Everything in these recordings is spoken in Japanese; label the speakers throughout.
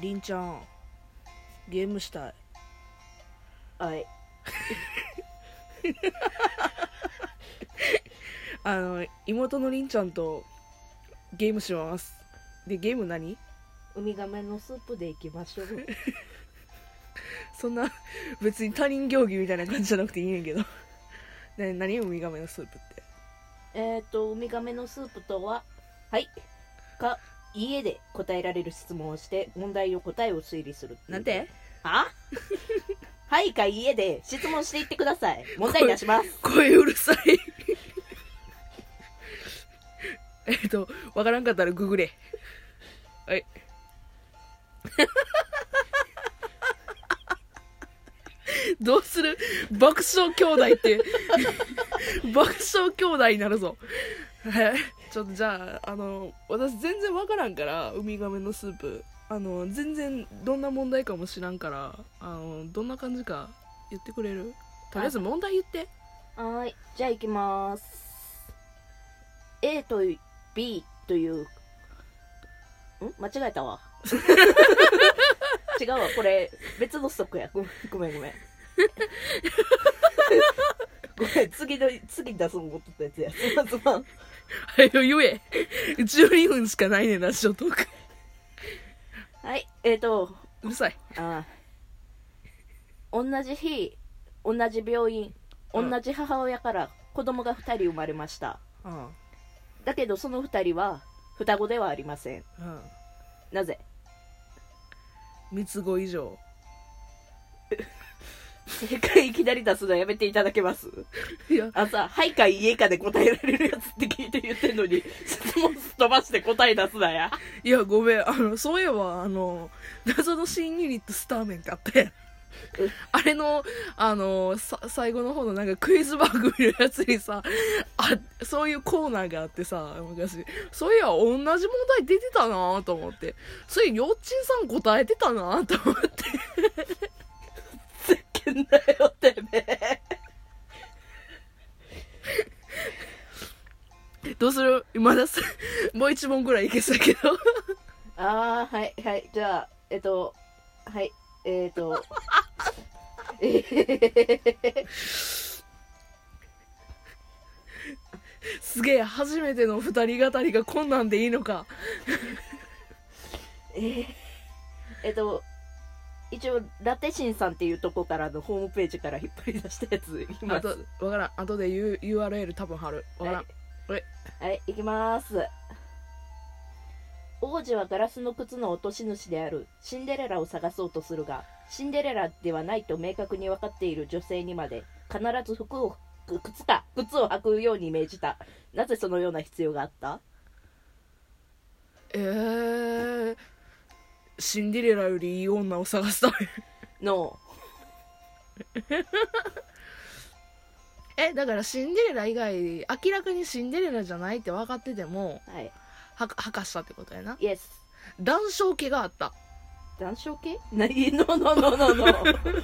Speaker 1: りんちゃんゲームしたい
Speaker 2: はい
Speaker 1: あの妹のりんちゃんとゲームしますでゲーム何
Speaker 2: ウミガメのスープでいきましょう
Speaker 1: そんな 別に他人行儀みたいな感じじゃなくていいねんけど ね何ウミガメのスープって
Speaker 2: えっとウミガメのスープとははいかいいえで答えられる質問をして問題の答えを推理するっていう
Speaker 1: なんて
Speaker 2: ははいかいいえで質問していってください問題出します
Speaker 1: 声うるさい えっとわからんかったらググれはい どうする爆笑兄弟って 爆笑兄弟になるぞ はいちょっとじゃああの私全然わからんからウミガメのスープあの全然どんな問題かも知らんからあのどんな感じか言ってくれるとりあえず問題言って
Speaker 2: はーいじゃあ行きます A と B というん間違えたわ 違うわこれ別のストックやごめんごめんご めんごめん次の次に出すの思っとったやつやすまんすまん
Speaker 1: はよ言え12分しかないねんラジオトーク
Speaker 2: はいえっ、ー、と
Speaker 1: うるさい
Speaker 2: ああ同じ日同じ病院
Speaker 1: うん
Speaker 2: 同じ母親から子供が2人生まれました
Speaker 1: うん
Speaker 2: だけどその2人は双子ではありません
Speaker 1: うん
Speaker 2: なぜ
Speaker 1: 三つ子以上
Speaker 2: 正解いきなり出すのやめていただけます
Speaker 1: いや
Speaker 2: あさ「はい」か「いえ」かで答えられるやつって聞いて言ってんのに質問すっ飛ばして答え出すなや
Speaker 1: いやごめんあのそういえばあの謎の新ユニットスターメンってあったやん
Speaker 2: うん
Speaker 1: あれのあのさ最後の方のなんかクイズ番組のやつにさあそういうコーナーがあってさ昔そういや同じ問題出てたなと思ってそれ幼稚園さん答えてたなと思って
Speaker 2: ふざけんなよてめえ
Speaker 1: どうするまださもう一問ぐらいいけそうやけど
Speaker 2: あーはいはいじゃあえっとはいえっ、とえへへへ
Speaker 1: すげえ初めての二人語りがこんなんでいいのか
Speaker 2: えっと一応ラテシンさんっていうとこからのホームページから引っ張り出したやついきま
Speaker 1: あ
Speaker 2: す
Speaker 1: と
Speaker 2: は
Speaker 1: わからん後で U- URL 多分貼るわからん、はい
Speaker 2: い、はい、いきます王子はガラスの靴の落とし主であるシンデレラを探そうとするがシンデレラではないと明確に分かっている女性にまで必ず服をく靴か靴を履くように命じたなぜそのような必要があった
Speaker 1: えー、シンデレラよりいい女を探すため
Speaker 2: の
Speaker 1: えだからシンデレラ以外明らかにシンデレラじゃないって分かってても
Speaker 2: はい
Speaker 1: ははかしたってことやな
Speaker 2: イエス
Speaker 1: 断傷気があった
Speaker 2: 男性系 何ノーノーノーノーノー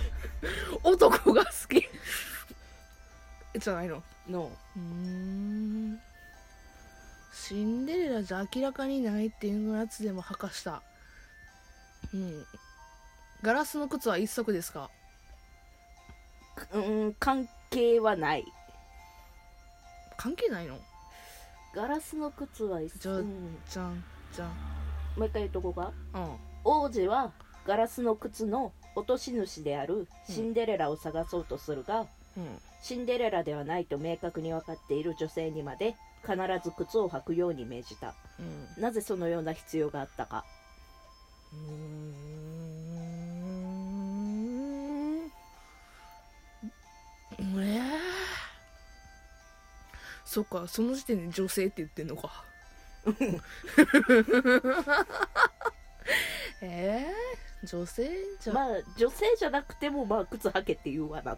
Speaker 1: 男が好き じゃないの
Speaker 2: ノー
Speaker 1: うーんシンデレラじゃ明らかにないっていうやつでも吐かしたうんガラスの靴は一足ですか
Speaker 2: うーん関係はない
Speaker 1: 関係ないの
Speaker 2: ガラスの靴は一
Speaker 1: じ
Speaker 2: 緒、
Speaker 1: ゃあ
Speaker 2: うん
Speaker 1: じゃんじゃん
Speaker 2: もう一回言うとこが
Speaker 1: うん
Speaker 2: 王子はガラスの靴の落とし主であるシンデレラを探そうとするが、
Speaker 1: うん
Speaker 2: シンデレラではないと明確に分かっている女性にまで必ず靴を履くように命じた
Speaker 1: うん
Speaker 2: なぜそのような必要があったか
Speaker 1: うーんえー、そっかその時点で女性って言ってんのか えー、女性じゃ、
Speaker 2: まあ女性じゃなくてもまあ靴履けって言うわな
Speaker 1: あ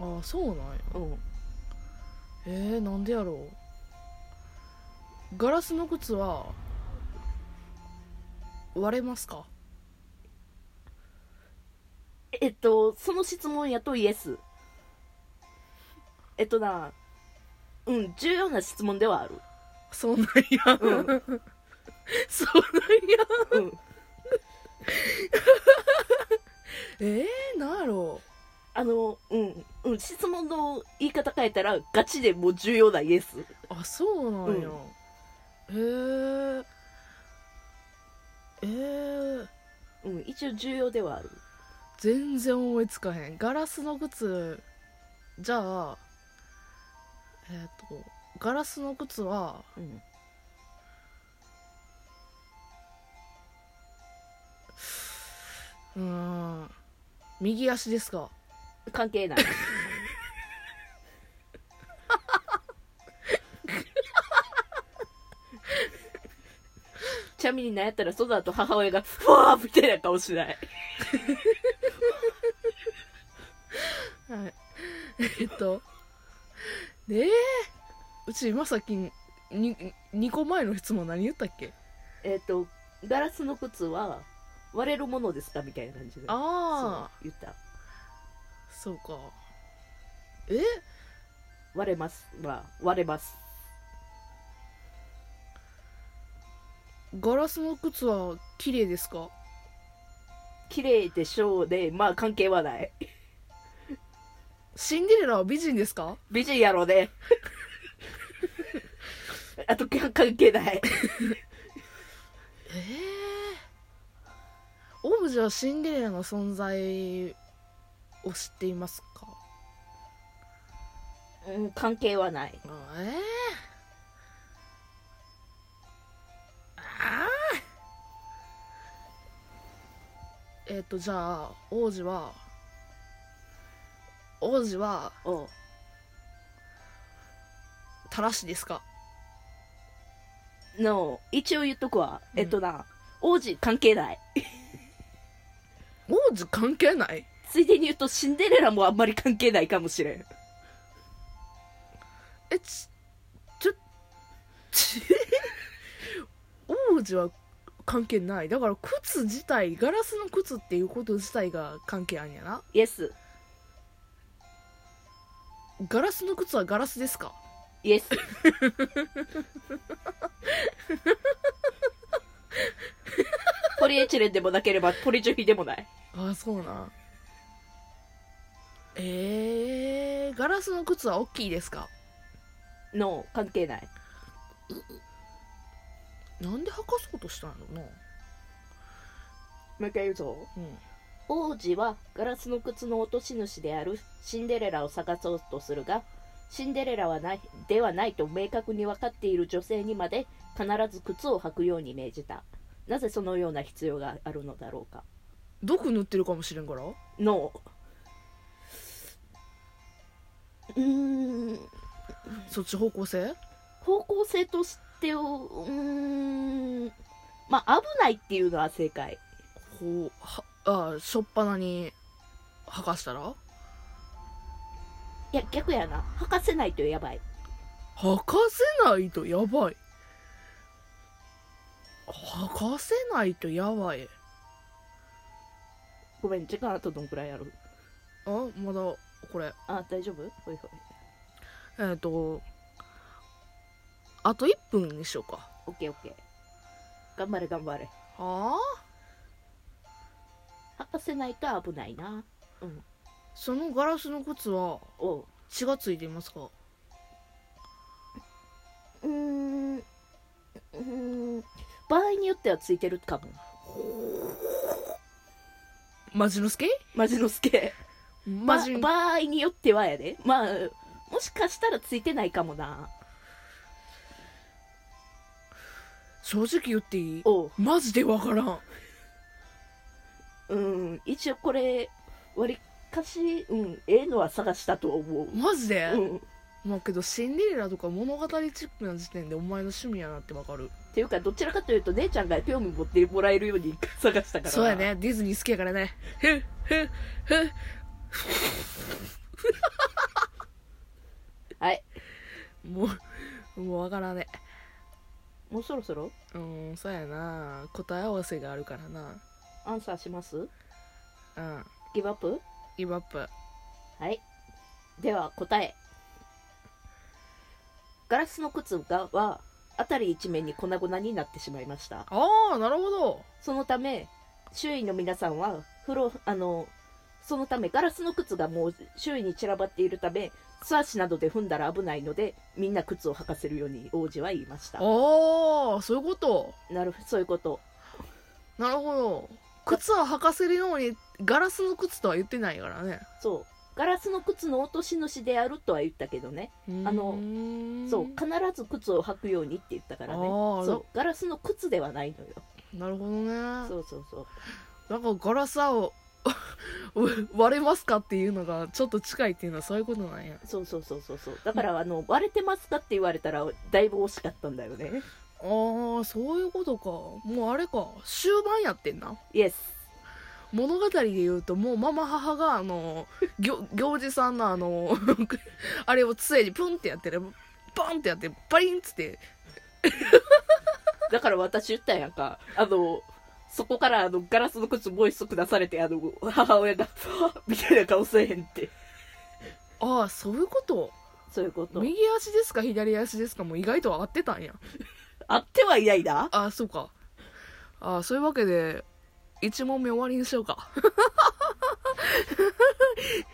Speaker 1: あそうなんや
Speaker 2: うん
Speaker 1: えー、なんでやろうガラスの靴は割れますか
Speaker 2: えっとその質問やとイエスえっとなうん重要な質問ではある
Speaker 1: そうなんや、
Speaker 2: う
Speaker 1: そうなんや
Speaker 2: うん
Speaker 1: えー、なんやろ
Speaker 2: あの、うん、うん、質問の言い方変えたら、ガチでもう重要なイエス。
Speaker 1: うあそうなんや、へええー、
Speaker 2: うん、一応重要ではある。
Speaker 1: 全然思いつかへんガラスの靴じゃあえっ、とガラスの靴は
Speaker 2: うん。
Speaker 1: うーん右足ですか
Speaker 2: 関係ない。ちなみになんやったら、その後母親が、ふわーみたいな顔しない。
Speaker 1: はい えっとえー、うち今さっきに2個前の質問何言ったっけ
Speaker 2: えっ、と、ガラスの靴は、割れるものですかみたいな感じで。
Speaker 1: ああ
Speaker 2: そう言った。
Speaker 1: そうかえ
Speaker 2: 割れます。は、割れます。
Speaker 1: ガラスの靴は綺麗ですか
Speaker 2: 綺麗でしょうで、まあ関係はない。
Speaker 1: シンデレラは美人ですか
Speaker 2: 美人やろうね。あと、関係ない。
Speaker 1: ええオブジェはシンデレラの存在を知っていますか
Speaker 2: うん、関係はない。
Speaker 1: ええああえっ、とじゃあ王子は王子は
Speaker 2: おう
Speaker 1: たらしですか
Speaker 2: の、一応言っとくわ。
Speaker 1: うん
Speaker 2: えっとな、王子関係ない。
Speaker 1: 王子関係ない
Speaker 2: ついでに言うと、シンデレラもあんまり関係ないかもしれん。
Speaker 1: えちちょ ち王子は関係ないだから靴自体ガラスの靴っていうこと自体が関係あるんやな
Speaker 2: イエス、
Speaker 1: ガラスの靴はガラスですか
Speaker 2: イエ ス。ポリエチレンでもなければ、ポリジュヒでもない。
Speaker 1: ああそうなんえー、ガラスの靴は大きいですか
Speaker 2: の、関係ない。
Speaker 1: なんで履かそうとしたんやろな
Speaker 2: もう一回言うぞ。
Speaker 1: うん
Speaker 2: 王子はガラスの靴の落とし主であるシンデレラを探そうとするがシンデレラはないではないと明確に分かっている女性にまで必ず靴を履くように命じたなぜそのような必要があるのだろうか
Speaker 1: 毒塗ってるかもしれんから
Speaker 2: のうーん
Speaker 1: そっち方向性
Speaker 2: 方向性としてうーんまあ危ないっていうのは正解
Speaker 1: こうはああしょっぱなに履かしたら
Speaker 2: いや逆やな履かせないとやばい
Speaker 1: 履かせないとやばい履かせないとやばい
Speaker 2: ごめん時間あとどんくらいある
Speaker 1: あまだこれ
Speaker 2: あ大丈夫ほいほい
Speaker 1: えっ、とあと1分にしようか
Speaker 2: オッケーオッケー。頑張れ頑張れ。
Speaker 1: はあ
Speaker 2: 履かせないと危ないな。
Speaker 1: そのガラスの靴は
Speaker 2: おう。
Speaker 1: 血がついていますか
Speaker 2: うーん。うーん。場合によってはついてるかも。
Speaker 1: マジのすけ
Speaker 2: マジのすけ。
Speaker 1: マジ
Speaker 2: ば場合によってはやで。まあ、もしかしたらついてないかもな。
Speaker 1: 正直言っていい
Speaker 2: おう。
Speaker 1: マジでわからん
Speaker 2: うーん。一応これ、割りかし、うん。ええのは探したと思う。
Speaker 1: マジで、
Speaker 2: うん。っ
Speaker 1: まあけどシンデレラとか物語チックな時点でお前の趣味やなってわかる
Speaker 2: ていうか、どちらかというと、姉ちゃんが興味持ってもらえるように探したから。
Speaker 1: そうや。ねディズニー好きやからねふっふっふっ
Speaker 2: はい。
Speaker 1: もうもうわからね
Speaker 2: もうそろそろ
Speaker 1: うーんそうやな答え合わせがあるからな
Speaker 2: アンサーします
Speaker 1: うん
Speaker 2: ギブアップ
Speaker 1: ギブアップ
Speaker 2: はい。では答え。ガラスの靴がは辺り一面に粉々になってしまいました。
Speaker 1: ああなるほど
Speaker 2: そのため周囲の皆さんは風呂あのそのためガラスの靴がもう周囲に散らばっているため素足などで踏んだら危ないのでみんな靴を履かせるように王子は言いました
Speaker 1: ああそういうこと
Speaker 2: なるそういうこと
Speaker 1: なるほど靴は履かせるようにガラスの靴とは言ってないからね
Speaker 2: そうガラスの靴の落とし主であるとは言ったけどねあの
Speaker 1: うーん
Speaker 2: そう必ず靴を履くようにって言ったから
Speaker 1: あ
Speaker 2: ね
Speaker 1: ー
Speaker 2: そうガラスの靴ではないのよ
Speaker 1: なるほどね
Speaker 2: そうそうそう
Speaker 1: なんかガラスを割れますかっていうのがちょっと近いっていうのはそういうことなんや
Speaker 2: そうそうそうそうそうだからあの割れてますかって言われたらだいぶ惜しかったんだよ ね
Speaker 1: あーそういうことかもうあれか終盤やってんな
Speaker 2: イエス
Speaker 1: 物語で言うともうママ母があの行行司さんのあの あれを杖にプンってやってるバンってやってパリンっつって
Speaker 2: だから私言ったやんかあのそこからあのガラスの靴もう一足出されてあの母親が みたいな顔せえへんって
Speaker 1: ああそういうこと
Speaker 2: そういうこと
Speaker 1: 右足ですか左足ですかも意外と合ってたんや
Speaker 2: あってはいないな
Speaker 1: あそうかあそういうわけで1問目終わりにしようか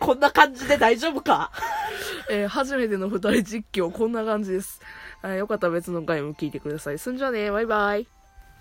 Speaker 2: こんな感じで大丈夫か
Speaker 1: えー初めての2人実況こんな感じです、あよかったら別の回も聞いてくださいそんじゃあねバイバイ